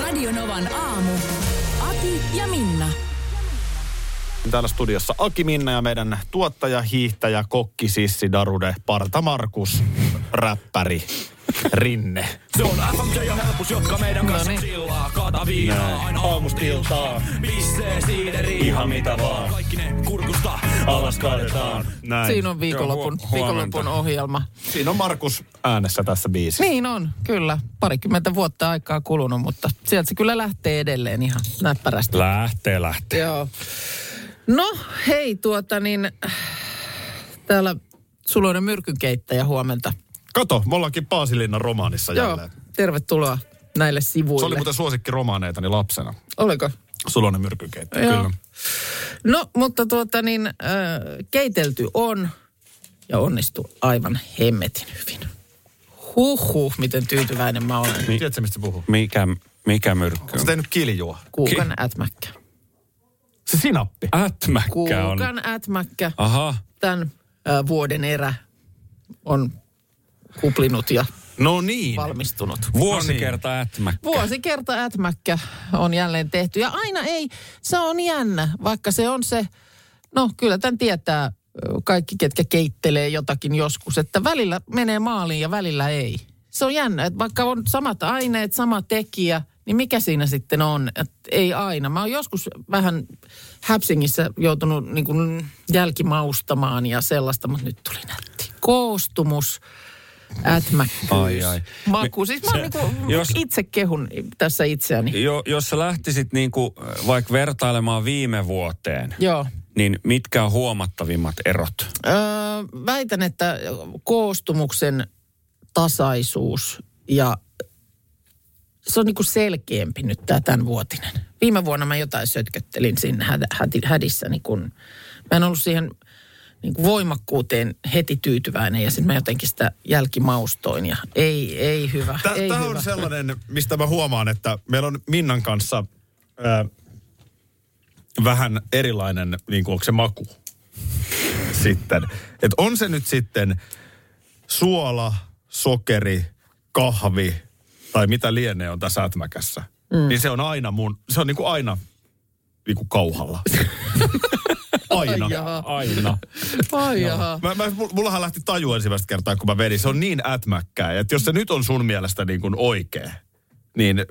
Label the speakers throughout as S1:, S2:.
S1: Radionovan aamu. Ati ja Minna.
S2: Täällä studiossa Aki Minna ja meidän tuottaja, hiihtäjä, kokki, sissi, darude, parta Markus, räppäri, Rinne.
S3: Se on FMJ ja helpus, jotka meidän kanssa
S2: Noniin.
S3: chillaa. Kaata viinaa
S2: Näin.
S3: aina aamustiltaa. Bissee siideri, ihan mitä vaan. Kaikki ne kurkusta alas kaadetaan.
S2: Näin.
S4: Siinä on viikonlopun,
S3: Joo, huo- huomenta.
S4: viikonlopun ohjelma.
S2: Siinä on Markus äänessä tässä biisissä.
S4: Niin on, kyllä. Parikymmentä vuotta aikaa kulunut, mutta sieltä se kyllä lähtee edelleen ihan näppärästi.
S3: Lähtee, lähtee.
S4: Joo. No hei, tuota niin, äh, täällä Suloinen myrkynkeittäjä huomenta.
S2: Kato, me ollaankin Paasilinnan romaanissa jälleen.
S4: Joo, tervetuloa näille sivuille.
S2: Se oli muuten suosikki romaaneitani lapsena.
S4: Oliko?
S2: Sulonen myrkynkeitto,
S4: Joo.
S2: kyllä.
S4: No, mutta tuota niin, äh, keitelty on ja onnistuu aivan hemmetin hyvin. Huhhuh, miten tyytyväinen mä olen.
S2: Niin. Tiedätkö, mistä puhuu?
S5: Mikä, mikä myrkky
S2: Sä
S5: on?
S2: tehnyt kiljua.
S4: Kuukan ätmäkkä.
S2: Se sinappi.
S5: Ätmäkkä on.
S4: Kuukan ätmäkkä.
S5: Aha.
S4: Tämän ä, vuoden erä on kuplinut ja
S2: No niin.
S4: valmistunut.
S5: Vuosi kertaa ätmäkkä.
S4: Vuosi kerta ätmäkkä on jälleen tehty. Ja aina ei, se on jännä, vaikka se on se, no kyllä tämän tietää ö, kaikki, ketkä keittelee jotakin joskus, että välillä menee maaliin ja välillä ei. Se on jännä, että vaikka on samat aineet, sama tekijä, niin mikä siinä sitten on, että ei aina. Mä oon joskus vähän Häpsingissä joutunut niin kuin jälkimaustamaan ja sellaista, mutta nyt tuli nätti. Koostumus, ätmäkkyys,
S5: Ai, ai.
S4: maku. Siis mä oon niinku
S5: jos-
S4: itse kehun tässä itseäni.
S5: Jo, jos sä lähtisit niinku, äh, vaikka vertailemaan viime vuoteen,
S4: Joo.
S5: niin mitkä on huomattavimmat erot?
S4: Öö, väitän, että koostumuksen tasaisuus ja se on niinku selkeämpi nyt tämä tämänvuotinen. Viime vuonna mä jotain sötköttelin sinne hä- häti- hädissä. Niin kun, mä en ollut siihen niin kuin voimakkuuteen heti tyytyväinen ja sitten mä jotenkin sitä jälkimaustoin ja ei, ei hyvä,
S2: Tä-
S4: ei
S2: Tämä
S4: hyvä.
S2: on sellainen, mistä mä huomaan, että meillä on Minnan kanssa ää, vähän erilainen, niin kuin onko se maku sitten. Et on se nyt sitten suola, sokeri, kahvi tai mitä lienee on tässä ätmäkässä. Mm. Niin se on aina mun, se on niin kuin aina niin kuin kauhalla. aina.
S4: Jaha.
S5: Aina.
S4: Ai jaha.
S2: Mä, mä, mul- mullahan lähti taju ensimmäistä kertaa, kun mä vedin. Se on niin ätmäkkää, että jos se nyt on sun mielestä niin kuin oikea, niin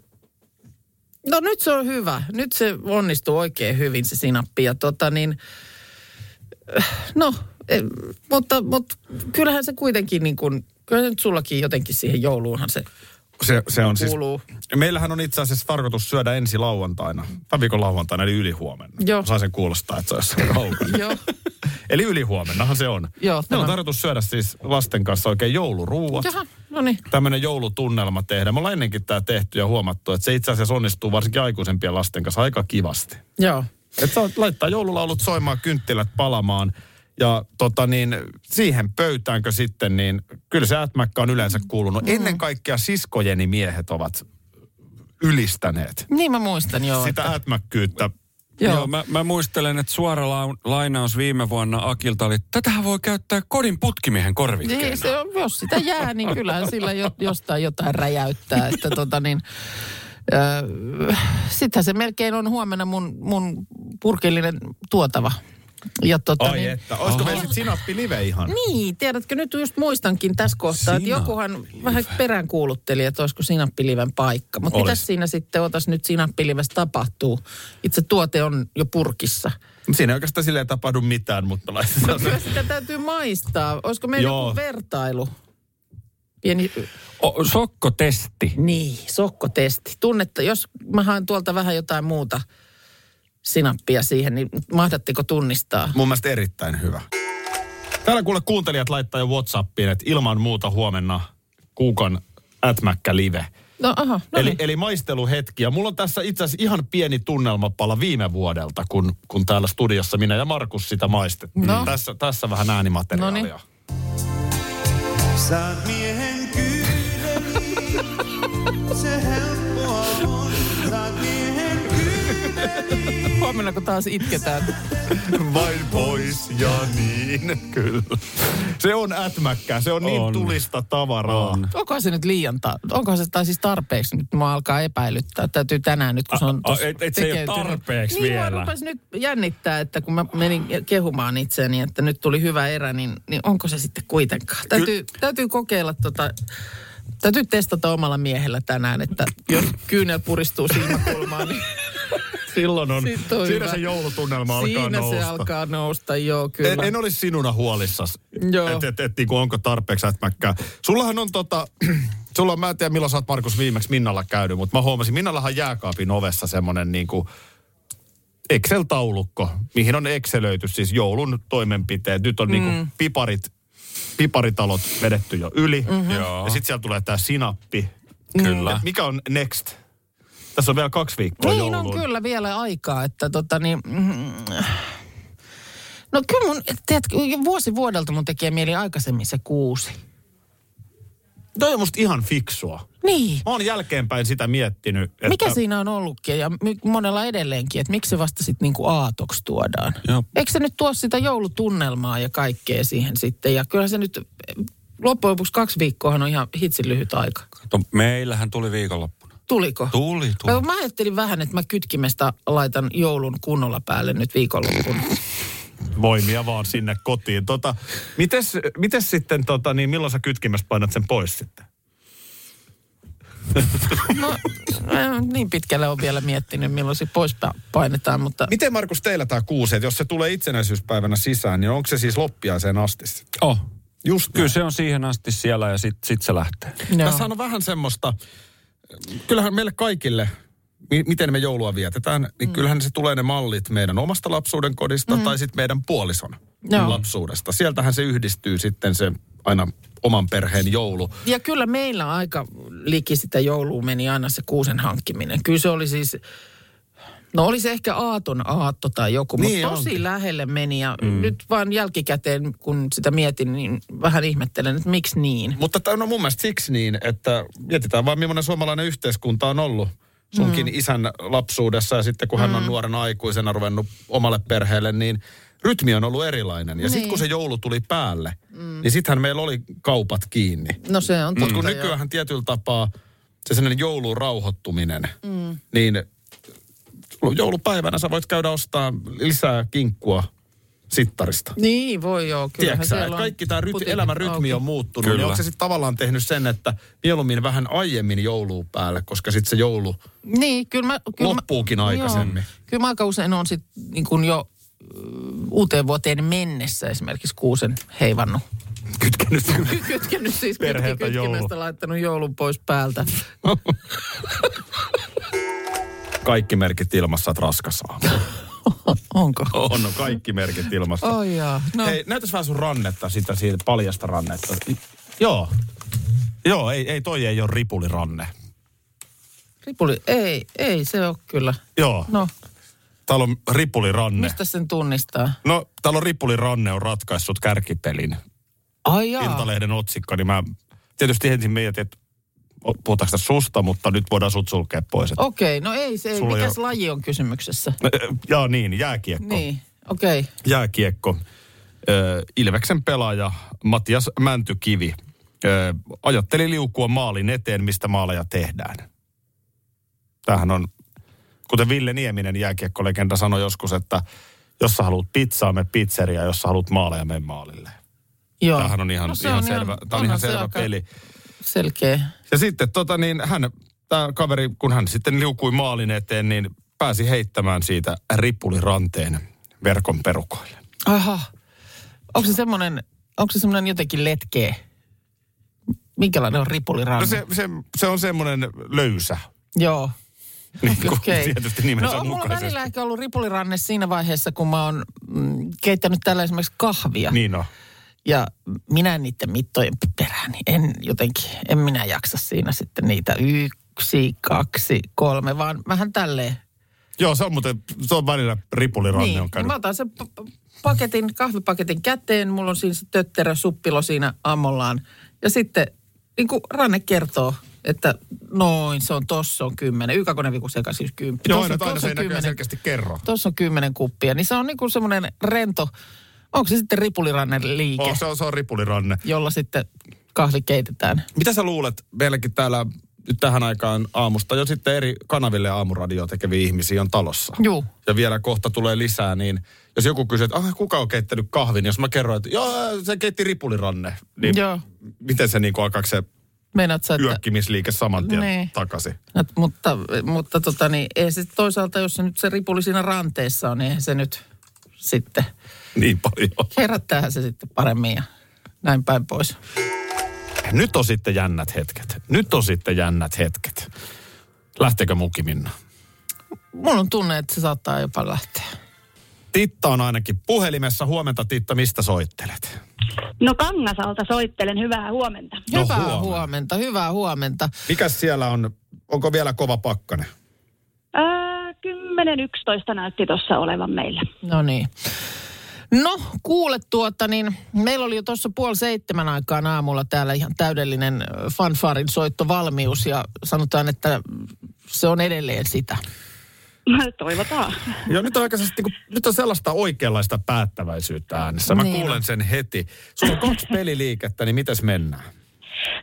S4: No nyt se on hyvä. Nyt se onnistuu oikein hyvin se sinappi. Ja tota niin, äh, no, eh, mutta, mutta kyllähän se kuitenkin niin kuin, kyllä se nyt sullakin jotenkin siihen jouluunhan se
S2: se, se on siis...
S4: kuuluu. Siis...
S2: Meillähän on itse asiassa tarkoitus syödä ensi lauantaina, tämän viikon lauantaina, eli ylihuomenna.
S4: Joo.
S2: Saa sen kuulostaa, että se olisi kaukana.
S4: Joo,
S2: eli ylihuomennahan se on.
S4: Joo,
S2: Meillä
S4: tämä-
S2: on tarkoitus syödä siis lasten kanssa oikein jouluruuat.
S4: jaha, no niin.
S2: tämmöinen joulutunnelma tehdä. Me ollaan ennenkin tämä tehty ja huomattu, että se itse asiassa onnistuu varsinkin aikuisempien lasten kanssa aika kivasti.
S4: Joo.
S2: Et saa laittaa joululaulut soimaan, kynttilät palamaan. Ja tota niin, siihen pöytäänkö sitten, niin kyllä se ätmäkkä on yleensä kuulunut. Mm. Ennen kaikkea siskojeni miehet ovat ylistäneet
S4: Niin mä muistan, joo.
S2: sitä ätmäkkyyttä.
S4: Joo. Niin,
S5: Joo, Joo mä, mä muistelen, että suora lau- lainaus viime vuonna Akilta oli, tätähän voi käyttää kodin putkimiehen korvikkeena.
S4: Niin, se on, jos sitä jää, niin kyllähän sillä jo, jostain jotain räjäyttää. Että tota niin, äh, sittenhän se melkein on huomenna mun, mun purkillinen tuotava. Ja tota
S2: Ai
S4: niin,
S2: että, olisiko meillä sitten sinappi live ihan?
S4: Niin, tiedätkö, nyt just muistankin tässä kohtaa, että jokuhan vähän peräänkuulutteli, että olisiko sinappiliven paikka. Mutta mitä siinä sitten otas nyt sinappilivessä tapahtuu? Itse tuote on jo purkissa.
S2: Siinä ei oikeastaan sille ei tapahdu mitään, mutta laitetaan se.
S4: Kyllä sitä täytyy maistaa. Olisiko meillä
S2: Joo.
S4: joku vertailu? Pieni,
S5: O, sokkotesti.
S4: niin, sokkotesti. Tunnetta, jos mä haen tuolta vähän jotain muuta sinappia siihen, niin mahdatteko tunnistaa?
S2: Mun mielestä erittäin hyvä. Täällä kuule kuuntelijat laittaa jo Whatsappiin, että ilman muuta huomenna kuukan ätmäkkä live.
S4: No aha, no
S2: eli,
S4: niin.
S2: eli maisteluhetki. Ja mulla on tässä itse asiassa ihan pieni tunnelmapala viime vuodelta, kun, kun täällä studiossa minä ja Markus sitä maistettiin.
S4: No.
S2: Tässä, tässä vähän äänimateriaalia.
S4: Noniin.
S6: Saat miehen kyydeli, se helppoa on. Saat miehen kyydeli,
S4: niin. Huomenna kun taas itketään.
S2: Vain pois ja niin, kyllä. Se on ätmäkkää, se on, on. niin
S5: On.
S2: tulista tavaraa. On.
S4: Onkohan se nyt liian, ta- onkohan se tai siis tarpeeksi? Nyt mua alkaa epäilyttää. Täytyy tänään nyt, kun se
S5: A-
S4: on
S5: a- et- et se ei ole
S4: tekeytynyt.
S5: tarpeeksi
S4: niin,
S5: vielä.
S4: Niin, rupes nyt jännittää, että kun mä menin kehumaan itseäni, että nyt tuli hyvä erä, niin, niin onko se sitten kuitenkaan? Täytyy, täytyy kokeilla tota... Täytyy testata omalla miehellä tänään, että jos kyynel puristuu silmäkulmaan, niin
S2: Silloin on,
S4: Sit on
S2: siinä
S4: hyvä.
S2: se joulutunnelma alkaa
S4: siinä
S2: nousta.
S4: se alkaa nousta. Joo, kyllä.
S2: En, en olisi sinuna huolissas,
S4: Joo.
S2: että et, et, niinku, onko tarpeeksi ätmäkkää. Sullahan on tota, sulla on, mä en tiedä milloin sä oot Markus viimeksi Minnalla käynyt, mutta mä huomasin, Minnallahan jääkaapin ovessa semmonen niinku Excel-taulukko, mihin on Excelöity siis joulun toimenpiteet. Nyt on
S4: Mm.
S2: niinku piparit, piparitalot vedetty jo yli.
S4: Mhm.
S2: Mm-hmm. Ja sitten siellä tulee tämä sinappi.
S4: Mm.
S5: Kyllä.
S2: Ja mikä on next? Tässä on vielä kaksi viikkoa
S4: Niin
S2: jouluun.
S4: on kyllä vielä aikaa, että tota niin... mm, No kyllä mun, tiedätkö, vuosi vuodelta mun tekee mieli aikaisemmin se kuusi.
S2: Toi on musta ihan fiksua.
S4: Niin.
S2: Mä oon jälkeenpäin sitä miettinyt. Että
S4: Mikä siinä on ollutkin ja my- monella edelleenkin, että miksi se vasta sitten niinku aatoksi tuodaan?
S5: Joo.
S4: Eikö se nyt tuo sitä joulutunnelmaa ja kaikkea siihen sitten? Ja kyllä se nyt eh, loppujen lopuksi kaksi viikkoahan on ihan hitsin lyhyt aika.
S5: Kato, meillähän tuli viikonloppuna.
S4: Tuliko?
S5: Tuli,
S4: Mä,
S5: tuli.
S4: mä ajattelin vähän, että mä kytkimestä laitan joulun kunnolla päälle nyt viikonloppuun.
S2: Voimia vaan sinne kotiin. Tota, mites, mites sitten, tota, niin milloin sä kytkimestä painat sen pois sitten?
S4: No, mä en niin pitkälle on vielä miettinyt, milloin se pois pa- painetaan, mutta
S2: Miten Markus teillä tämä kuusi, että jos se tulee itsenäisyyspäivänä sisään, niin onko se siis loppiaiseen asti sitten?
S5: Oh.
S2: Just
S5: Kyllä se on siihen asti siellä ja sitten sit se lähtee.
S4: Joo.
S2: Tässä on vähän semmoista, kyllähän meille kaikille, mi- miten me joulua vietetään,
S4: Mm.
S2: niin kyllähän se tulee ne mallit meidän omasta lapsuuden kodista mm. tai sitten meidän puolison
S4: Mm-hmm. Joo.
S2: lapsuudesta. Sieltähän se yhdistyy sitten se aina oman perheen joulu.
S4: ja kyllä meillä aika liki sitä joulua meni aina se kuusen hankkiminen. Kyllä se oli siis, no oli se ehkä aaton aatto tai joku,
S2: Niin
S4: mutta tosi
S2: onkin.
S4: lähelle meni. Ja mm. nyt vaan jälkikäteen, kun sitä mietin, niin vähän ihmettelen, että miksi niin.
S2: Mutta tämä on mun mielestä siksi niin, että mietitään vaan millainen suomalainen yhteiskunta on ollut sunkin mm. isän lapsuudessa ja sitten kun mm. hän on nuorena aikuisena ruvennut omalle perheelle, niin rytmi on ollut erilainen. Ja sitten
S4: Niin.
S2: kun se joulu tuli päälle, mm. niin sittenhän meillä oli kaupat kiinni.
S4: No se on totta.
S2: Mutta kun
S4: joo.
S2: nykyään tietyllä tapaa se sellainen joulun rauhoittuminen, mm. niin joulupäivänä sä voit käydä ostaa lisää kinkkua sittarista.
S4: Niin, voi joo. Kyllähän
S2: Tiedätkö sä,
S4: siellä
S2: että
S4: on
S2: kaikki tämä rytmi,
S4: putiikit
S2: elämän rytmi
S4: auki.
S2: on muuttunut.
S5: Kyllä.
S2: Kyllä. Niin onko se sitten tavallaan tehnyt sen, että mieluummin vähän aiemmin joulua päälle, koska sitten se joulu...
S4: Niin, kyllä mä... Kyllä
S2: Loppuukin
S4: mä,
S2: aikaisemmin.
S4: Joo, kyllä mä aika usein on sit niin kun jo mm, uuteen vuoteen mennessä esimerkiksi kuusen heivannut.
S2: Kytkenyt.
S4: Kytkenyt siis
S2: Perheeltä
S4: kytki- kytkimestä
S2: joulu.
S4: laittanut joulun pois päältä.
S2: Kaikki merkit ilmassa, että raskas aamu.
S4: Onko?
S2: On, no kaikki merkit ilmassa.
S4: Oh jaa. No,
S2: Hei, näytäs vähän sun rannetta, sitä siitä paljasta rannetta. I- Joo. Joo, ei, ei toi ei ole ripuliranne.
S4: ripuli. Ei, ei se on kyllä.
S2: Joo, no.
S4: No,
S2: täällä on ripuliranne.
S4: mistä sen tunnistaa?
S2: No, täällä on ripuliranne on ratkaissut kärkipelin.
S4: Ai jaa.
S2: Iltalehden otsikko, niin mä tietysti ensin mietin, että o- puhutaanko tässä susta, mutta nyt voidaan sut sulkea pois. Et,
S4: Okei, no ei se, ei.
S2: Sulla
S4: mikäs
S2: jo-
S4: laji on kysymyksessä?
S2: Jaa niin, jääkiekko.
S4: Niin, okei.
S2: Jääkiekko. Ö, Ilveksen pelaaja Matias Mäntykivi ö, ajatteli liukua maalin eteen, mistä maaleja tehdään. Tämähän on, kuten Ville Nieminen jääkiekkolegenda sanoi joskus, että jos sä haluat pizzaa, me pizzeria, jos sä haluat maaleja, me maalille.
S4: Joo.
S2: Tämähän on ihan,
S4: No se
S2: ihan
S4: on ihan-
S2: selvä, tää on
S4: onhan
S2: ihan
S4: se
S2: selvä
S4: aika-
S2: peli.
S4: Selkeä.
S2: Ja sitten tota niin, hän, tämä kaveri, kun hän sitten liukui maalin eteen, niin pääsi heittämään siitä ripuliranteen verkon perukoille.
S4: Aha. Onko se semmoinen, onko se semmoinen jotenkin letkeä? Minkälainen on ripuliranne?
S2: No se, se, se on semmoinen löysä.
S4: Joo.
S2: Niin kuin
S4: Okei.
S2: tietysti nimensä
S4: no, on mulla
S2: mukaisesti.
S4: välillä ehkä ollut ripuliranne siinä vaiheessa, kun mä oon mm, keittänyt täällä esimerkiksi kahvia.
S2: Niin on.
S4: Ja minä en niiden mittojen perään, niin en jotenkin, en minä jaksa siinä sitten niitä y yksi, kaksi, kolme, vaan vähän tälleen.
S2: Joo, se on muuten, se on välillä ripuliranne
S4: Niin,
S2: on
S4: niin
S2: käynyt.
S4: mä otan sen p- p- paketin, kahvipaketin käteen, mulla on siinä se tötterä suppilo siinä ammollaan. Ja sitten niin kuin Ranne kertoo, että noin, se on tossa on kymmenen. Ykakone viku sekaisin kymmenen.
S2: Joo,
S4: Tossa-
S2: aina, aina se
S4: tossa
S2: ei
S4: on
S2: näköjään
S4: kymmenen.
S2: selkeästi kerro.
S4: Tuossa on kymmenen kuppia, niin se on niin kuin semmoinen rento, onko se sitten ripuliranne liike,
S2: Oh, se, on, se on ripuliranne.
S4: jolla sitten kahvi keitetään.
S2: Mitä sä luulet meilläkin täällä nyt tähän aikaan aamusta jo sitten eri kanaville aamuradioa tekeviä ihmisiä on talossa?
S4: Juu.
S2: Ja vielä kohta tulee lisää, niin jos joku kysyy, että ah, kuka on keittänyt kahvin, niin jos mä kerron, että joo, se keitti ripuliranne, niin
S4: Joo.
S2: miten se niin alkaako se
S4: Meinaat sä, että...
S2: yökkimisliike saman tien
S4: Niin.
S2: takaisin?
S4: Et, mutta mutta tota, niin, ei se toisaalta, jos se nyt se ripuli siinä ranteessa on, niin eihän se nyt sitten
S2: Niin paljon.
S4: herättäähän se sitten paremmin ja näin päin pois.
S2: Nyt on sitten jännät hetket. Nyt on sitten jännät hetket. Lähteekö muki Minna?
S4: Mulla on tunne, että se saattaa jopa lähteä.
S2: Titta on ainakin puhelimessa. Huomenta Titta, mistä soittelet?
S7: No Kangasalta soittelen, hyvää huomenta.
S2: No,
S4: Hyvää
S2: huomenna.
S4: huomenta. hyvää huomenta.
S2: Mikäs siellä on? Onko vielä kova pakkane?
S7: Öö, 10.11 näytti tuossa olevan meillä.
S4: No niin. No, kuule tuota, niin meillä oli jo tuossa puoli seitsemän aikaan aamulla täällä ihan täydellinen ö, fanfarin soittovalmius ja sanotaan, että se on edelleen sitä.
S7: Toivotaan.
S2: Joo, nyt on oikeasti, niin kuin, nyt on sellaista oikeanlaista päättäväisyyttä äänessä. Mä
S4: Niin
S2: niin
S4: on.
S2: kuulen sen heti. Sulla on kaksi peliliikettä, niin mitäs mennään?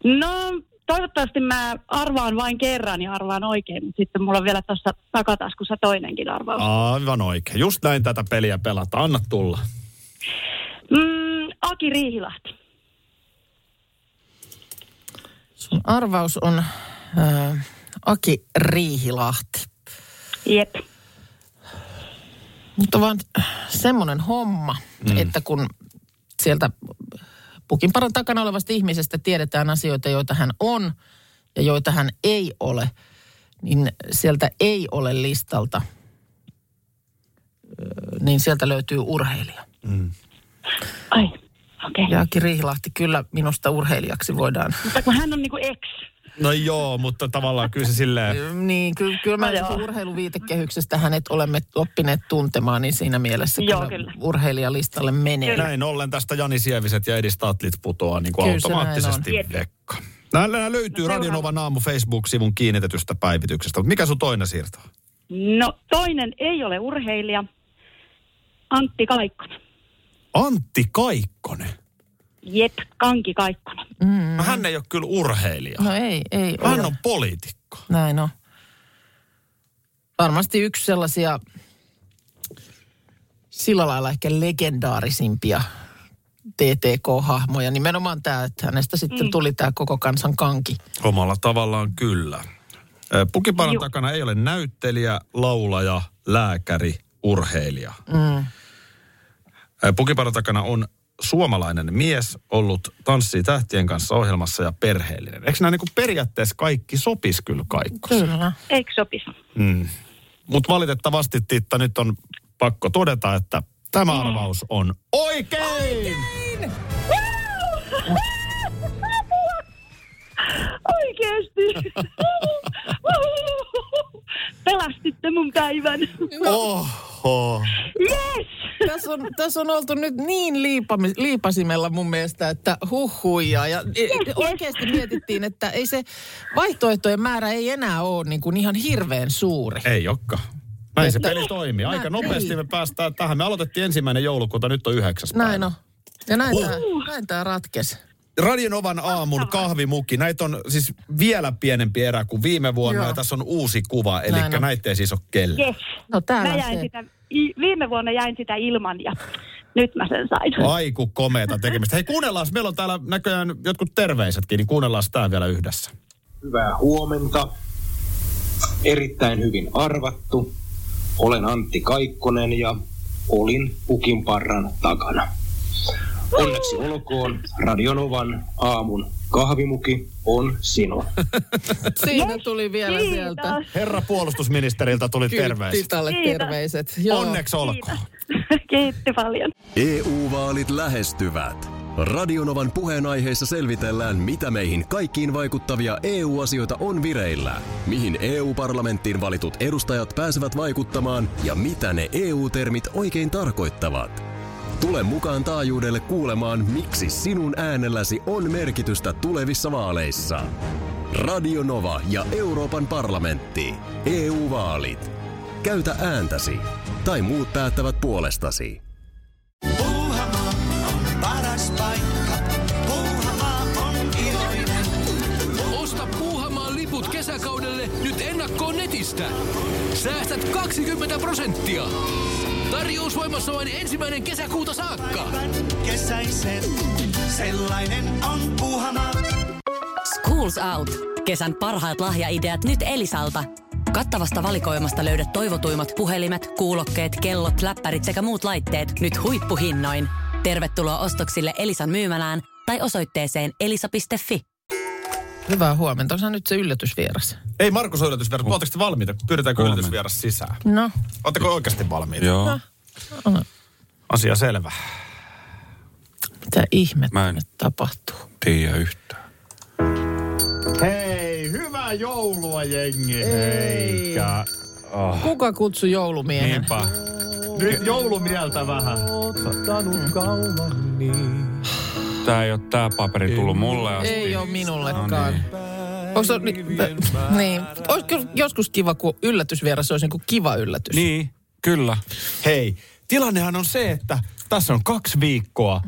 S7: No toivottavasti mä arvaan vain kerran ja arvaan oikein, mutta sitten mulla on vielä tuossa takataskussa toinenkin
S2: Ah.
S7: arvaus.
S2: Aivan oikein. Just näin tätä peliä pelata. Anna tulla.
S7: Mm, Aki Riihilahti.
S4: Sun arvaus on äh, Aki Riihilahti.
S7: Jep.
S4: Mutta vaan semmoinen homma, mm. että kun sieltä pukinparan takana olevasta ihmisestä tiedetään asioita, joita hän on ja joita hän ei ole, niin sieltä ei ole listalta, ö, niin sieltä löytyy urheilija.
S7: Ai, okei. Okay.
S4: Jaakki Riihilahti kyllä minusta urheilijaksi voidaan.
S7: Mutta kun hän on niinku ex.
S2: No joo, mutta tavallaan kyllä se silleen...
S4: Niin, kyllä, kyllä mä
S7: No joo.
S4: urheiluviitekehyksestä hänet olemme oppineet tuntemaan, niin siinä mielessä
S7: Joo,
S4: kyllä
S7: kyllä.
S4: urheilijalistalle menee.
S2: Näin ollen tästä Jani Sieviset ja Edi Statlit putoaa niin kuin
S4: Kyllä se No
S2: automaattisesti
S7: näin on.
S2: vekka. Nämä löytyy Radionovan aamu Facebook-sivun kiinnitetystä päivityksestä. Mutta mikä sun toinen siirto on?
S7: No toinen ei ole urheilija. Antti Kaikkonen.
S2: Antti Kaikkonen.
S7: Jep, Kanki Kaikkonen.
S2: Mm. No, hän ei ole kyllä urheilija.
S4: No ei, ei ole.
S2: Hän on poliitikko.
S4: Näin on. Varmasti yksi sellaisia sillä lailla ehkä legendaarisimpia TTK-hahmoja. Nimenomaan tämä, että hänestä sitten tuli tämä koko kansan kanki.
S2: Omalla tavallaan kyllä. Ö, Pukiparan takana ei ole näyttelijä, laulaja, lääkäri, urheilija. Mm. Pukiparan takana on suomalainen mies ollut Tanssii tähtien kanssa ohjelmassa ja perheellinen. Eikö nämä niin periaatteessa kaikki sopis kyllä kaikkossa?
S4: Kyllä.
S7: Eikö sopisi?
S2: Mutta valitettavasti Titta nyt on pakko todeta, että tämä arvaus on oikein! oikein!
S7: Oikeesti. Pelastitte mun päivän.
S2: Oho!
S7: Yes!
S4: Tässä on, tässä on oltu nyt niin liipami, liipasimella mun mielestä, että huhhuja. Ja e- e- oikeasti mietittiin, että ei se vaihtoehtojen määrä ei enää ole niin kuin ihan hirveän suuri.
S2: Ei jokka. Näin se
S4: Että-
S2: peli toimii. Aika
S4: Näin.
S2: nopeasti me päästään tähän. Me aloitettiin ensimmäinen joulukuuta, nyt on yhdeksäs
S4: Näin
S2: päivä.
S4: on. Ja näin,
S2: Huh.
S4: tämä, näin tämä ratkesi.
S2: Radionovan aamun kahvimukki. Näitä on siis vielä pienempi erä kuin viime vuonna.
S4: Joo.
S2: Ja tässä on uusi kuva, eli
S4: Näin on.
S2: näitä ei siis ole kelle.
S7: Yes.
S4: No täällä
S7: Mä
S4: on
S7: jäin
S4: se.
S7: sitä, i- viime vuonna jäin sitä ilman ja nyt mä sen sain.
S2: Aiku komeeta tekemistä. Hei kuunnellaan, meillä on täällä näköjään jotkut terveisetkin, niin kuunnellaan tämä vielä yhdessä.
S8: Hyvää huomenta. Erittäin hyvin arvattu. Olen Antti Kaikkonen ja olin pukinparran takana. Onneksi olkoon Radionovan aamun kahvimuki on sinun.
S4: Siinä tuli vielä
S7: Kiitos.
S4: sieltä.
S2: Herra puolustusministeriltä tuli terveiset.
S4: Titalle
S7: Kiitos.
S4: siis terveiset.
S2: Onneksi olkoon.
S7: Kiitos. Kiitti paljon.
S9: EU-vaalit E lähestyvät. Radionovan puheenaiheessa selvitellään, mitä meihin kaikkiin vaikuttavia EU-asioita on vireillä, mihin EU-parlamenttiin valitut edustajat pääsevät vaikuttamaan ja mitä ne EU-termit oikein tarkoittavat. Tule mukaan taajuudelle kuulemaan, miksi sinun äänelläsi on merkitystä tulevissa vaaleissa. Radio Nova ja Euroopan parlamentti. EU-vaalit. Käytä ääntäsi. Tai muut päättävät puolestasi.
S6: Puuhamaa on paras paikka. Puuhamaa on iloinen.
S10: Osta Puuhamaan liput kesäkaudelle nyt ennakkoon netistä. Säästät 20 prosenttia. Tarjous voimassa vain ensimmäinen kesäkuuta saakka.
S6: Kesäisen. Sellainen on Puuhamaa.
S11: Schools Out. Kesän parhaat lahjaideat nyt Elisalta. Kattavasta valikoimasta löydät toivotuimmat puhelimet, kuulokkeet, kellot, läppärit sekä muut laitteet nyt huippuhinnoin. Tervetuloa ostoksille Elisan myymälään tai osoitteeseen elisa.fi.
S4: Hyvää huomenta. Onhan nyt se yllätysvieras.
S2: Ei Markus ole yllätysvieras. Oletteko te valmiita? Pyydetäänkö yllätysvieras sisään?
S4: No,
S2: Oletteko oikeasti valmiita?
S5: Joo.
S2: Asia selvä.
S4: mitä ihmettä
S5: Mä en-
S4: nyt tapahtuu?
S5: Tiedä yhtään.
S2: Hei, hyvää joulua jengi. Eikä.
S4: Kuka kutsui joulumiehen?
S2: Niinpä.
S3: Nyt joulumieltä vähän.
S5: Tää ei ole tää paperi tullut mulle asti.
S4: Ei ole minullekaan. Onko se, ni, tä- niin. Olisiko joskus kiva, kun yllätysvieras olisi niinku kiva yllätys?
S5: Niin, kyllä.
S2: Hei, tilannehan on se, että tässä on kaksi viikkoa,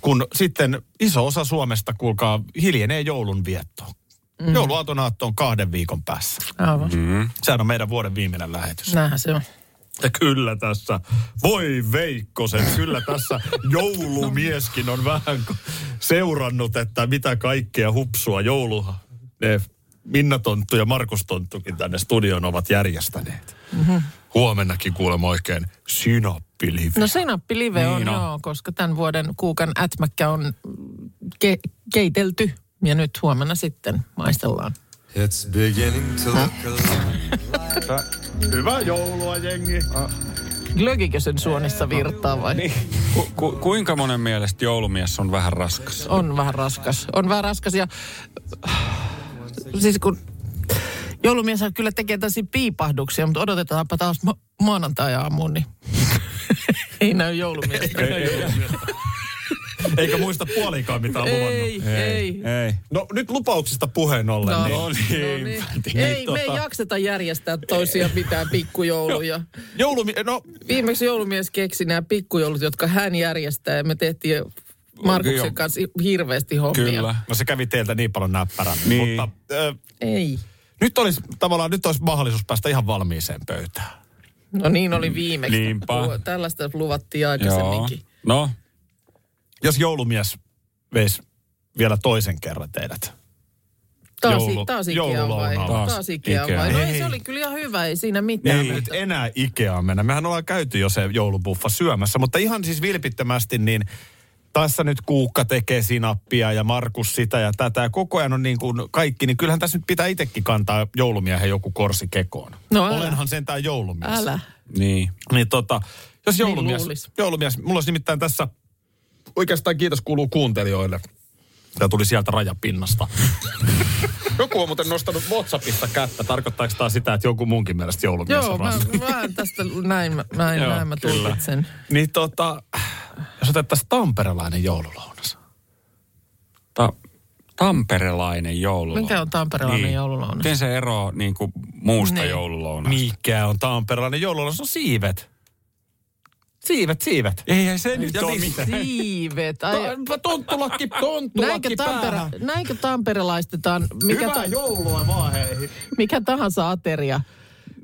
S2: kun sitten iso osa Suomesta, kuulkaa, hiljenee joulun viettoon. Mm. Jouluaatonaatto on kahden viikon päässä.
S4: Aivan. Mm.
S2: Sehän on meidän vuoden viimeinen lähetys.
S4: Näinhän se on.
S2: Ja kyllä tässä, voi Veikkosen, kyllä tässä joulumieskin on vähän ko- seurannut, että mitä kaikkea hupsua joulu ne Minna Tonttu ja Markus Tonttukin tänne studioon ovat järjestäneet.
S4: Mhm.
S2: Huomennakin kuulemma oikein synappilivi.
S4: No sinappi live on,
S5: Niin on.
S4: joo, koska tämän vuoden kuukan ätmäkkä on ke- keitelty. Ja nyt huomenna sitten maistellaan.
S6: It's beginning to look a lot
S2: Hyvää joulua jengi.
S4: Glögikö sen suonissa virtaa vai? Niin.
S5: Ku, ku, kuinka monen mielestä joulumies on vähän raskas?
S4: On vähän raskas. On vähän raskas ja... Siis kun... Joulumies kyllä tekee tällaisia piipahduksia, mutta odotetaanpa taas ma- maanantai-aamuun, niin ei näy joulumiestä.
S2: Eikä muista puolikaan mitä on luvannut.
S4: ei, ei.
S5: Ei.
S2: No nyt lupauksista puheen ollen.
S4: No,
S2: niin-
S4: no niin. Ei, me ei jakseta järjestää toisia mitään pikkujouluja.
S2: Joulumi... No,
S4: Viimeksi joulumies keksi nämä pikkujoulut, jotka hän järjestää ja me tehtiin
S5: Joo.
S4: Markuksen kanssa hirveästi hommia.
S5: Kyllä.
S2: no se kävi teiltä niin paljon näppärämmin.
S5: Niin.
S2: Mutta ö,
S4: Ei.
S2: nyt olisi tavallaan nyt olisi mahdollisuus päästä ihan valmiiseen pöytään.
S4: No niin oli viimeksi.
S5: Niinpä.
S4: Lu- Tällaista luvattiin
S5: Joo.
S4: aikaisemminkin.
S5: No,
S2: Jos joulumies veisi vielä toisen kerran teidät.
S4: Taas,
S2: Joulu-
S4: taas Ikea vai?
S2: joululounaalle.
S4: Taas,
S5: Taas
S4: Ikea
S5: Ikea.
S4: vai? No ei,
S2: Ei.
S4: se oli kyllä ihan hyvä, ei siinä mitään.
S2: Ei nyt enää Ikeaan mennä. Mehän ollaan käyty jo se joulubuffa syömässä, mutta ihan siis vilpittömästi niin tässä nyt Kuukka tekee sinappia ja Markus sitä ja tätä. Ja koko ajan on niin kuin kaikki, niin kyllähän tässä nyt pitää itsekin kantaa joulumiehen joku korsi kekoon.
S4: No älä.
S2: Olenhan sentään joulumies.
S4: Älä.
S5: niin.
S2: Niin tota, jos
S4: Niin
S2: joulumies,
S4: luulis.
S2: joulumies, mulla olisi nimittäin tässä, oikeastaan kiitos kuuluu kuuntelijoille. Tämä tuli sieltä rajapinnasta. joku on muuten nostanut WhatsAppissa kättä. Tarkoittaako tämä sitä, että joku munkin mielestä joulumies
S4: Joo,
S2: on
S4: mä,
S2: raskas?
S4: mä tästä näin, mä- näin,
S2: Joo,
S4: näin mä
S2: kyllä.
S4: tulkitsen.
S2: Niin tota, jos otettaisiin tamperelainen joululounas.
S5: Ta- tamperelainen joululounaan.
S4: Mikä on tamperelainen
S5: niin.
S4: joululounas?
S5: Miten se eroaa niin kuin muusta niin.
S4: Niin.
S5: joululounasta?
S2: Mikä on tamperelainen joululounas? On siivet. Siivet, siivet.
S5: Ei, ei se nyt
S2: Ja
S5: ole
S2: mistä?
S5: mitään.
S4: Siivet. Ai,
S2: Ta- Tonttulakki, tonttulakki
S4: näinkö,
S2: päähän.
S4: tampere, näinkö tamperelaistetaan mikä, ta,
S2: Hyvää joulua vaan hei.
S4: mikä tahansa ateria?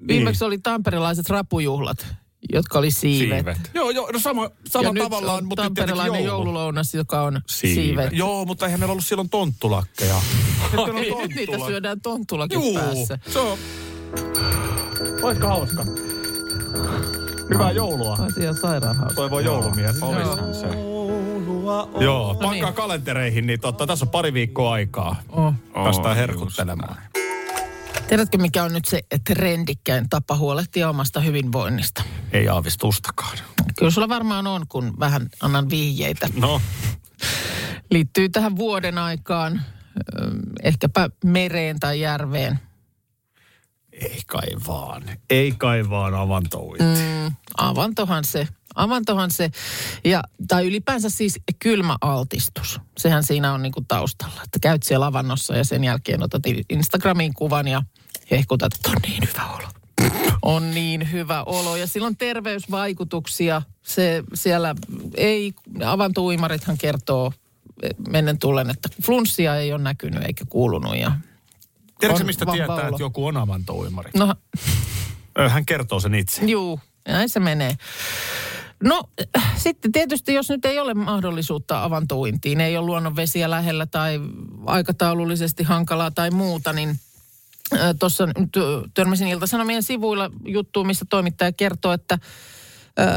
S4: Viimeksi oli tamperelaiset rapujuhlat, jotka oli siivet.
S5: Siivet.
S2: Joo, joo, no sama,
S4: Ja
S2: sama
S4: nyt
S2: tavallaan,
S4: on
S2: mutta nyt tietenkin
S4: tamperelainen
S2: joulu.
S4: joululounas, joka on
S5: Siivet.
S4: siivet.
S2: Joo, mutta eihän meillä ollut silloin tonttulakkeja. Nyt meillä on
S4: Nyt niitä
S2: tonttulakkeja.
S4: syödään tonttulakin
S2: Juu,
S4: päässä.
S2: se on. Olisiko hauska? Hyvää joulua.
S4: Asia on sairaan hauska.
S2: Toivoo joulumies.
S5: Olisihan se.
S2: Joo, no pankaa niin. kalentereihin, niin totta, tässä on pari viikkoa aikaa.
S4: Oh.
S2: Päästään
S5: Oh,
S2: herkuttelemaan.
S4: Tiedätkö, mikä on nyt se trendikkäin tapa huolehtia omasta hyvinvoinnista?
S2: Ei aavistustakaan.
S4: Kyllä sulla varmaan on, kun vähän annan vihjeitä.
S2: No,
S4: liittyy tähän vuoden aikaan, ö, ehkäpä mereen tai järveen.
S2: Ei kai vaan. Ei kai vaan avantouit.
S4: Mm, avantohan se. Avantohan se. Ja, tai ylipäänsä siis kylmäaltistus. Sehän siinä on niinku taustalla. Että käyt siellä avannossa ja sen jälkeen otat Instagramiin kuvan ja hehkutat, että on niin hyvä olo. On niin hyvä olo. Ja silloin terveysvaikutuksia. Se siellä ei, avantuimarithan kertoo mennen tullen, että flunssia ei ole näkynyt eikä kuulunut. Ja
S2: Tiedätkö
S4: on
S2: mistä
S4: vahva
S2: tietää,
S4: olo.
S2: että joku on avantouimari?
S4: No
S2: Ö, Hän kertoo sen itse.
S4: Juu, näin se menee. No äh, sitten tietysti, jos nyt ei ole mahdollisuutta avantointiin, ei ole luonnonvesiä lähellä tai aikataulullisesti hankalaa tai muuta, niin tuossa törmäsin Ilta-Sanomien sivuilla juttuun, missä toimittaja kertoo, että äh,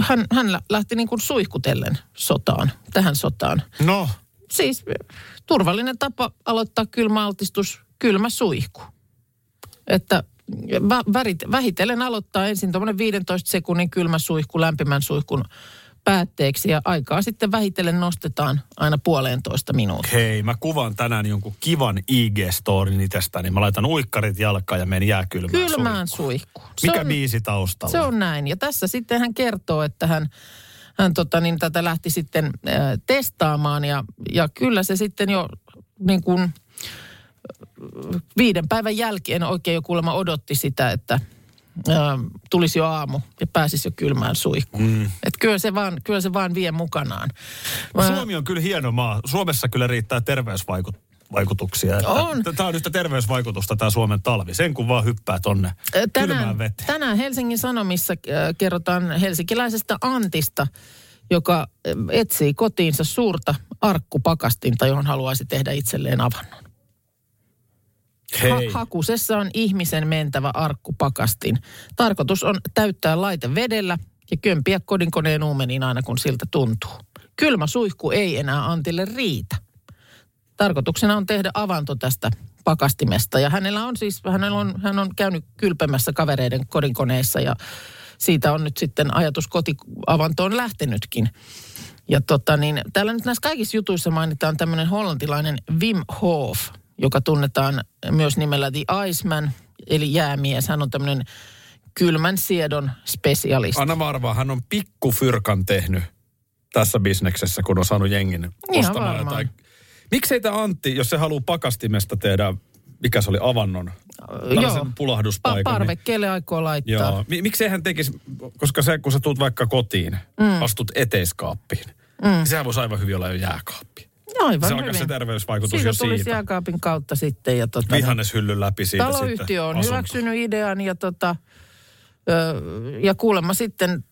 S4: hän, hän lä- lähti niin kuin suihkutellen sotaan, tähän sotaan.
S2: No,
S4: Siis äh, turvallinen tapa aloittaa kylmä altistus, kylmä suihku. Että vä- värit, vähitellen aloittaa ensin tuommoinen 15 sekunnin kylmä suihku lämpimän suihkun päätteeksi ja aikaa sitten vähitellen nostetaan aina puoleentoista minuuttia.
S2: hei, mä kuvaan tänään jonkun kivan IG-storin itsestäni. Mä laitan uikkarit jalkaan ja menen jääkylmään.
S4: Kylmään suihkuun.
S2: suihkuun. Mikä biisi taustalla?
S4: Se on näin. Ja tässä sitten hän kertoo, että hän, hän tota, niin tätä lähti sitten äh, testaamaan ja, ja kyllä se sitten jo niin kuin, äh, viiden päivän jälkeen oikein jo kuulemma odotti sitä, että äh, tulisi jo aamu ja pääsisi jo kylmään suihkuun. Mm. Et kyllä, se vaan, kyllä se vaan vie mukanaan. Mä-
S2: No, Suomi on kyllä hieno maa. Suomessa kyllä riittää terveysvaikutuksia.
S4: On.
S2: Tämä on yhtä terveysvaikutusta tämä Suomen talvi. Sen kun vaan hyppää tonne kylmään
S4: Tänään,
S2: veteen.
S4: tänään Helsingin Sanomissa äh, kerrotaan helsinkiläisestä Antista, joka äh, etsii kotiinsa suurta arkkupakastinta, johon haluaisi tehdä itselleen avannon.
S2: Hei.
S4: hakusessa on ihmisen mentävä arkkupakastin. Tarkoitus on täyttää laite vedellä ja kömpiä kodinkoneen uumeniin aina kun siltä tuntuu. Kylmä suihku ei enää Antille riitä. Tarkoituksena on tehdä avanto tästä pakastimesta. Ja hänellä on siis, hänellä on, hän on käynyt kylpemässä kavereiden kodinkoneissa ja siitä on nyt sitten ajatus kotiavantoon lähtenytkin. Ja tota niin, täällä nyt näissä kaikissa jutuissa mainitaan tämmöinen hollantilainen Wim Hof, joka tunnetaan myös nimellä The Iceman, eli jäämies. Hän on tämmöinen kylmän siedon spesialisti.
S2: Anna mä arvaa, hän on pikkufyrkan tehnyt tässä bisneksessä, kun on saanut jengin
S4: Ihan
S2: ostamaan
S4: varmaan.
S2: jotain. Miksei tämä Antti, jos se haluaa pakastimesta tehdä, mikä se oli, avannon,
S4: joo.
S2: tällaisen
S4: Pa-
S2: tulahduspaikan. niin-
S4: parvekkeelle aikoo laittaa.
S2: Joo. Mi- miksei hän tekisi, koska se, kun sä tuut vaikka kotiin,
S4: Mm.
S2: mm. astut eteiskaappiin, mm.
S4: Mm.
S2: niin sehän voisi aivan hyvin olla jo jääkaappi.
S4: Aivan
S2: se alkaa
S4: hyvin.
S2: se terveysvaikutus
S4: siitä
S2: jo
S4: tulisi
S2: siitä.
S4: jääkaapin kautta sitten. Ja tota,
S2: Vihanneshyllyn läpi siitä sitten
S4: taloyhtiö on
S2: asunto.
S4: hyväksynyt idean ja, tota, ö, ja kuulemma sitten,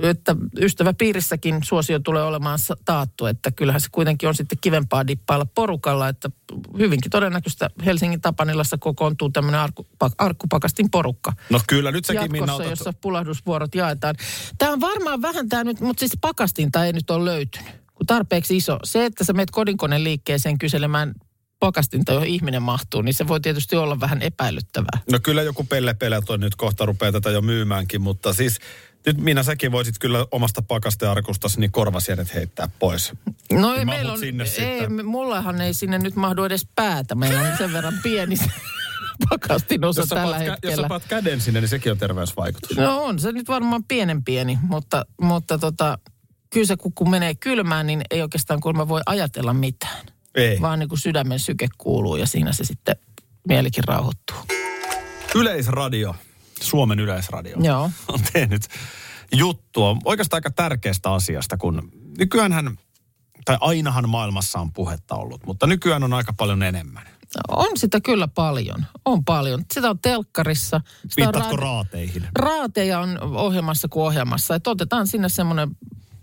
S4: että ystäväpiirissäkin suosio tulee olemaan sa- taattu, että kyllähän se kuitenkin on sitten kivempaa dippailla porukalla, että hyvinkin todennäköistä Helsingin Tapanilassa kokoontuu tämmöinen arkkupa- arkkupakastin porukka.
S2: No kyllä, nyt säkin Minna
S4: Jatkossa,
S2: otat...
S4: jossa pulahdusvuorot jaetaan. Tämä on varmaan vähän tämä nyt, mutta siis pakastinta ei nyt ole löytynyt, kun tarpeeksi iso. Se, että sä meet kodinkoneen liikkeeseen kyselemään pakastinta, johon ihminen mahtuu, niin se voi tietysti olla vähän epäilyttävää.
S2: No kyllä joku pelle pelät on nyt kohta rupeaa tätä jo myymäänkin, mutta siis nyt Minna säkin voisit kyllä omasta pakastearkustasi niin korvasienet heittää pois.
S4: No ei,
S2: Niin
S4: meillä
S2: mahut
S4: on,
S2: sinne
S4: ei,
S2: sitten.
S4: me- mullahan ei sinne nyt mahdu edes päätä. Meillä on sen verran pieni se pakastin osa
S2: jos, sä
S4: tällä
S2: paat, kä- jos
S4: hetkellä.
S2: sä paat käden sinne, niin sekin on terveysvaikutus.
S4: No on se nyt varmaan pienen pieni, mutta, mutta tota, kyllä se kun, kun menee kylmään, niin ei oikeastaan kuulemma voi ajatella mitään.
S2: Ei.
S4: Vaan niin kuin sydämen syke kuuluu ja siinä se sitten mielikin rauhoittuu.
S2: Yleisradio, Suomen yleisradio,
S4: Joo.
S2: on tehnyt juttua oikeastaan aika tärkeästä asiasta, kun nykyäänhän, tai ainahan maailmassa on puhetta ollut, mutta nykyään on aika paljon enemmän.
S4: On sitä kyllä paljon. On paljon. Sitä on telkkarissa. Sitä on
S2: Viittaatko
S4: raadi-
S2: raateihin?
S4: raateja on ohjelmassa kuin ohjelmassa. Että otetaan sinne semmoinen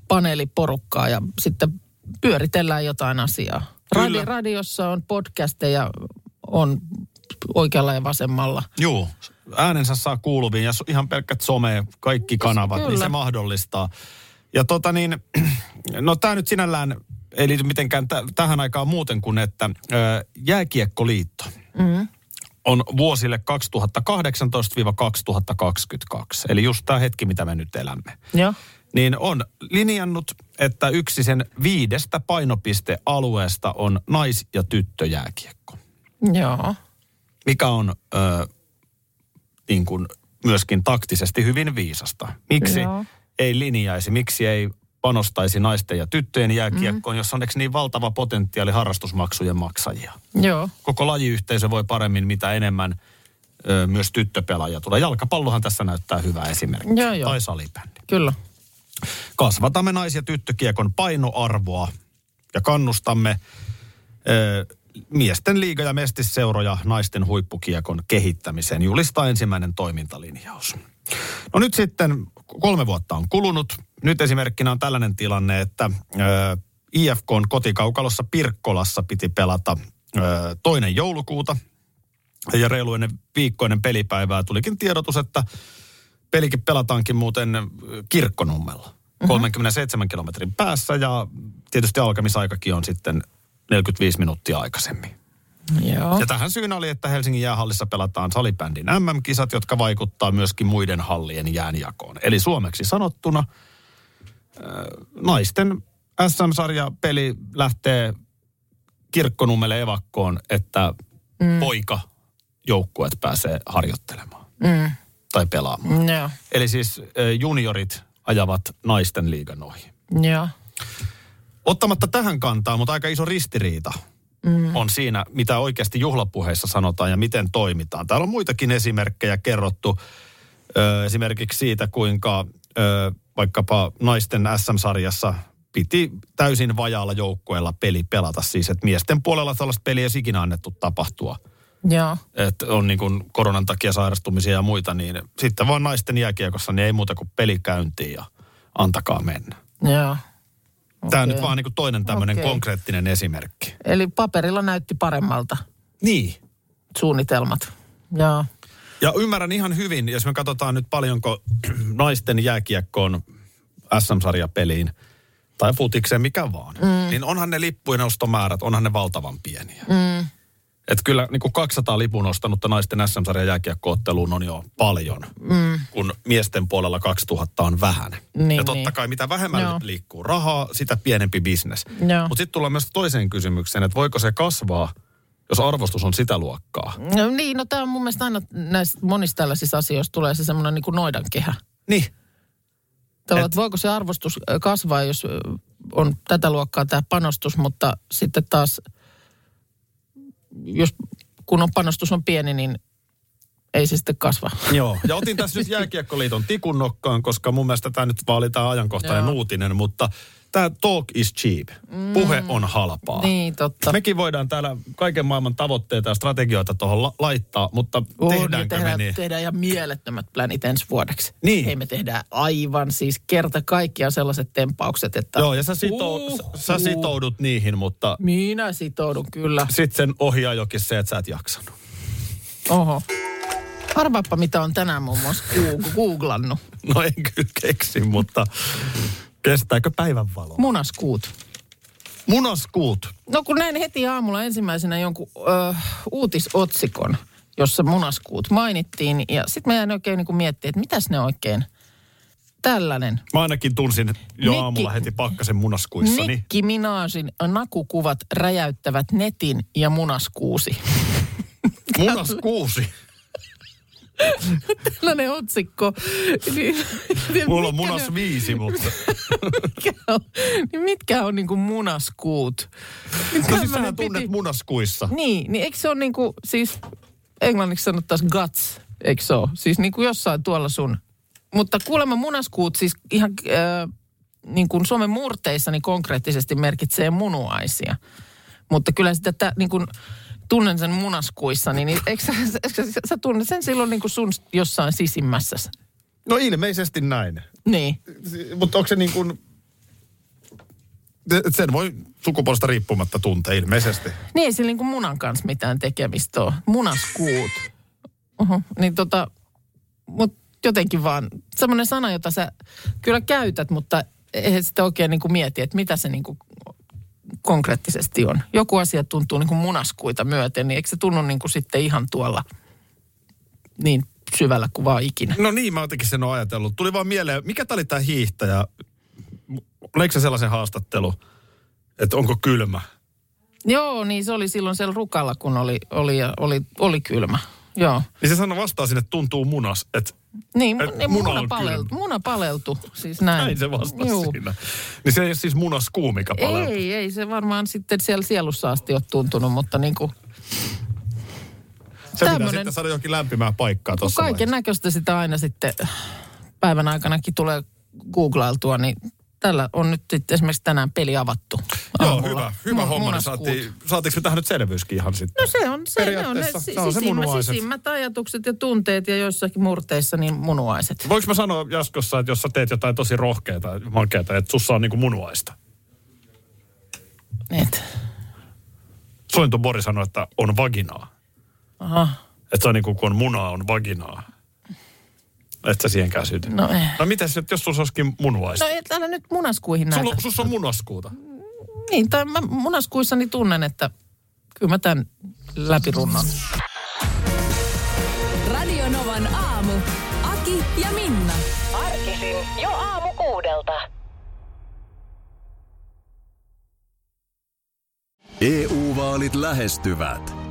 S4: paneeli porukkaa ja sitten pyöritellään jotain asiaa. Radi,
S2: Kyllä.
S4: radiossa on podcasteja, on oikealla ja vasemmalla.
S2: Joo, äänensä saa kuuluviin ja so- ihan pelkkät some, kaikki kanavat,
S4: Kyllä.
S2: niin se mahdollistaa. Ja tota niin, no tämä nyt sinällään ei liity mitenkään t- tähän aikaan muuten kuin, että ö, Jääkiekkoliitto
S4: Mm.
S2: on vuosille 2018-2022, eli just tämä hetki, mitä me nyt elämme.
S4: Joo.
S2: niin on linjannut, että yksi sen viidestä painopistealueesta on nais- ja tyttöjääkiekko,
S4: Joo.
S2: mikä on ö, niin kuin myöskin taktisesti hyvin viisasta. Miksi
S4: Joo.
S2: ei linjaisi, miksi ei panostaisi naisten ja tyttöjen
S4: Mhm.
S2: jääkiekkoon, jossa on eikö niin valtava potentiaali harrastusmaksujen maksajia?
S4: Joo.
S2: koko lajiyhteisö voi paremmin, mitä enemmän ö, myös tyttöpelaajia tulee. Jalkapallohan tässä näyttää hyvää esimerkkiä.
S4: Joo, joo.
S2: Tai salibändi.
S4: Kyllä.
S2: Kasvatamme nais- ja tyttökiekon painoarvoa ja kannustamme ö, miesten liiga- ja mestisseuroja naisten huippukiekon kehittämiseen. Julistaa ensimmäinen toimintalinjaus. No nyt sitten kolme vuotta on kulunut. Nyt esimerkkinä on tällainen tilanne, että ö, IFK on kotikaukalossa Pirkkolassa piti pelata ö, toinen joulukuuta. Ja reilu ennen viikkoinen pelipäivää tulikin tiedotus, että pelikin pelataankin muuten ö, kirkkonummella. 37 kilometrin päässä ja tietysti alkamisaikakin on sitten 45 minuuttia aikaisemmin.
S4: Joo.
S2: Ja tähän syynä oli, että Helsingin jäähallissa pelataan salibändin MM-kisat, jotka vaikuttaa myöskin muiden hallien jäänjakoon. Eli suomeksi sanottuna äh, naisten SM-sarja peli lähtee kirkkonummelle evakkoon, että mm. poika joukkueet pääsee harjoittelemaan
S4: Mm.
S2: tai pelaamaan.
S4: Joo.
S2: Eli siis äh, juniorit ajavat naisten liigan ohi.
S4: Joo.
S2: Ottamatta tähän kantaa, mutta aika iso ristiriita
S4: Mm.
S2: on siinä, mitä oikeasti juhlapuheissa sanotaan ja miten toimitaan. Täällä on muitakin esimerkkejä kerrottu. Ö, esimerkiksi siitä, kuinka ö, vaikkapa naisten SM-sarjassa piti täysin vajaalla joukkueella peli pelata. Siis, että miesten puolella tällaista peliä ei olisi ikinä annettu tapahtua.
S4: Joo.
S2: Että on niin kuin koronan takia sairastumisia ja muita, niin sitten vaan naisten jääkiekossa, niin ei muuta kuin peli käyntiin ja antakaa mennä.
S4: Joo.
S2: Tämä on
S4: Okei.
S2: nyt vaan niin kuin toinen tämmöinen
S4: Okei.
S2: konkreettinen esimerkki.
S4: Eli paperilla näytti paremmalta
S2: Niin.
S4: suunnitelmat. Joo.
S2: Ja ymmärrän ihan hyvin, jos me katsotaan nyt paljonko naisten jääkiekkoon SM-sarjapeliin tai futikseen mikä vaan, mm. niin onhan ne lippujen ostomäärät, onhan ne valtavan pieniä.
S4: Mm.
S2: Et kyllä niin kuin 200 lipun ostanutta naisten SM-sarjan jääkiekkootteluun on jo paljon,
S4: Mm.
S2: kun miesten puolella 2000 on vähän.
S4: Niin,
S2: ja totta
S4: niin.
S2: kai mitä vähemmän
S4: Joo.
S2: liikkuu rahaa, sitä pienempi bisnes.
S4: Joo.
S2: Mutta sitten tullaan myös toiseen kysymykseen, että voiko se kasvaa, jos arvostus on sitä luokkaa.
S4: No niin, no tämä on mun mielestä aina näissä monissa tällaisissa asioissa tulee se semmoinen niin kuin noidankehä.
S2: Niin.
S4: Tavallaan, että voiko se arvostus ö, kasvaa, jos ö, on tätä luokkaa tämä panostus, mutta sitten taas, jos, kun on panostus on pieni, niin ei se sitten kasva.
S2: Joo, ja otin tässä nyt Jääkiekkoliiton tikun nokkaan, koska mun mielestä tämä nyt vaalitaan ajankohtainen
S4: Joo.
S2: uutinen, mutta tämä talk is cheap. Puhe on halpaa.
S4: Mm. Niin, totta.
S2: Mekin voidaan täällä kaiken maailman tavoitteita ja strategioita tuohon la- laittaa, mutta
S4: On, Uhuh, ja
S2: tehdäänkö me
S4: tehdään,
S2: niin?
S4: tehdään ihan mielettömät plänit ensi vuodeksi.
S2: Niin.
S4: Hei, me tehdään aivan siis kerta kaikkiaan sellaiset tempaukset, että
S2: Joo, ja sä, sito- s- sä sitoudut niihin, mutta
S4: minä sitoudun kyllä.
S2: sitten sen ohjaa jokin se, että sä et jaksanut.
S4: Oho. Arvaappa, mitä on tänään muun muassa goog- googlannut.
S2: No en kyllä keksi, mutta kestääkö päivän valo?
S4: Munaskuut.
S2: Munaskuut.
S4: No kun näin heti aamulla ensimmäisenä jonkun ö, uutisotsikon, jossa munaskuut mainittiin. Ja sitten mä jäin oikein niin miettimään, että mitäs ne oikein tällainen.
S2: Mä ainakin tunsin jo
S4: Nikki-
S2: aamulla heti pakkasen munaskuissani.
S4: Nikki Minajin nakukuvat räjäyttävät netin ja munaskuusi.
S2: Munaskuusi.
S4: Tällainen otsikko. Niin,
S2: Mulla on
S4: mitkä ne-
S2: munas viisi, mutta... No siis
S4: mitkä on, niin mitkä on niin kuin munaskuut? Niin
S2: No siis
S4: tämmönen
S2: sähän tunnet
S4: piti-
S2: munaskuissa.
S4: Niin, niin eikö se ole niin kuin, siis englanniksi sanottaisiin guts, eikö se ole? Siis niin kuin jossain tuolla sun. Mutta kuulemma munaskuut siis ihan äh, niin kuin Suomen murteissa niin konkreettisesti merkitsee munuaisia. Mutta kyllä sitä tä, niin kuin tunnen sen munaskuissa, niin eikö sä, eikö sä, sä tunnet sen silloin niin kuin sun jossain sisimmässä?
S2: No ilmeisesti näin.
S4: Niin.
S2: Si- Mutta onko se niin kuin... Sen voi sukupuolesta riippumatta tuntea ilmeisesti.
S4: Niin ei sillä niin kuin munan kanssa mitään tekemistä ole. Munaskuut. Oho, niin tota, mut jotenkin vaan semmoinen sana, jota sä kyllä käytät, mutta eihän sitä oikein niin kuin mieti, että mitä se niin kuin konkreettisesti on. Joku asia niinku tuntuu niin kuin munaskuita myöten, niin eikö se tunnu niin kuin sitten ihan tuolla niin syvällä kuin vaan ikinä.
S2: No niin, mä jotenkin sen oon ajatellut. Tuli vaan mieleen, mikä tää oli tää hiihtäjä? Oliko se sellaisen haastattelu, että onko kylmä?
S4: Joo, niin se oli silloin siellä rukalla, kun oli, oli, ja oli, oli kylmä. Joo.
S2: Niin se sanoi vastaa sinne, että tuntuu munas. Että
S4: Niin,
S2: Et
S4: Et niin
S2: Äh, muna
S4: muna,
S2: on
S4: paleltu, muna paleltu, siis näin.
S2: näin se vastaa
S4: Juu.
S2: siinä. Niin se ei ole siis munas kuumika paleltu.
S4: Ei, ei, se varmaan sitten siellä sielussa asti ole tuntunut, mutta niin kuin,
S2: Se pitää
S4: Tämmönen-
S2: sitten saada johonkin lämpimään paikkaa
S4: kun
S2: tuossa
S4: kaiken näköistä sitä aina sitten päivän aikanakin tulee googlailtua, niin tällä on nyt sitten esimerkiksi tänään peli avattu.
S2: Joo,
S4: aamulla.
S2: hyvä. Hyvä
S4: Mu-
S2: homma. Niin
S4: munaskuut.
S2: saatiin, saatiinko me tähän nyt selvyyskin ihan sitten?
S4: No se on se, ne on ne,
S2: Periaatteessa
S4: si-
S2: se on se
S4: sisimmä,
S2: munuaiset.
S4: sisimmät ajatukset ja tunteet ja joissakin murteissa niin munuaiset.
S2: Voinko mä sanoa Jaskossa, että jos sä teet jotain tosi rohkeata, makeata, että sussa on niinku munuaista?
S4: Niin, Et.
S2: Sointu Bori sanoi, että on vaginaa.
S4: Aha.
S2: Että se on niinku, kun on munaa, on vaginaa. Et sä siihenkään syty.
S4: No ei.
S2: no mitäs, nyt, jos sussa olisikin munuaista?
S4: No et älä nyt munaskuihin
S2: No,
S4: näitä.
S2: Sulla, sussa on munaskuuta.
S4: Niin, tai mä munaskuissani tunnen, että kyllä mä tämän läpirunnan.
S1: Radio Novan aamu. Aki ja Minna.
S12: Arkisin jo aamu kuudelta.
S9: EU-vaalit E lähestyvät.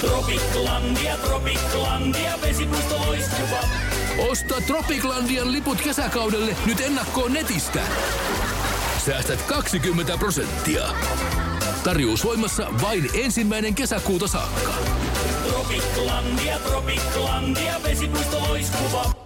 S3: Tropiklandia, Tropiklandia, vesipuisto loistuva.
S10: Osta Tropiclandian liput kesäkaudelle nyt ennakkoon netistä. Säästät 20 prosenttia. Tarjous voimassa vain ensimmäinen kesäkuuta saakka.
S3: Tropiklandia, Tropiklandia, vesipuisto loistuva.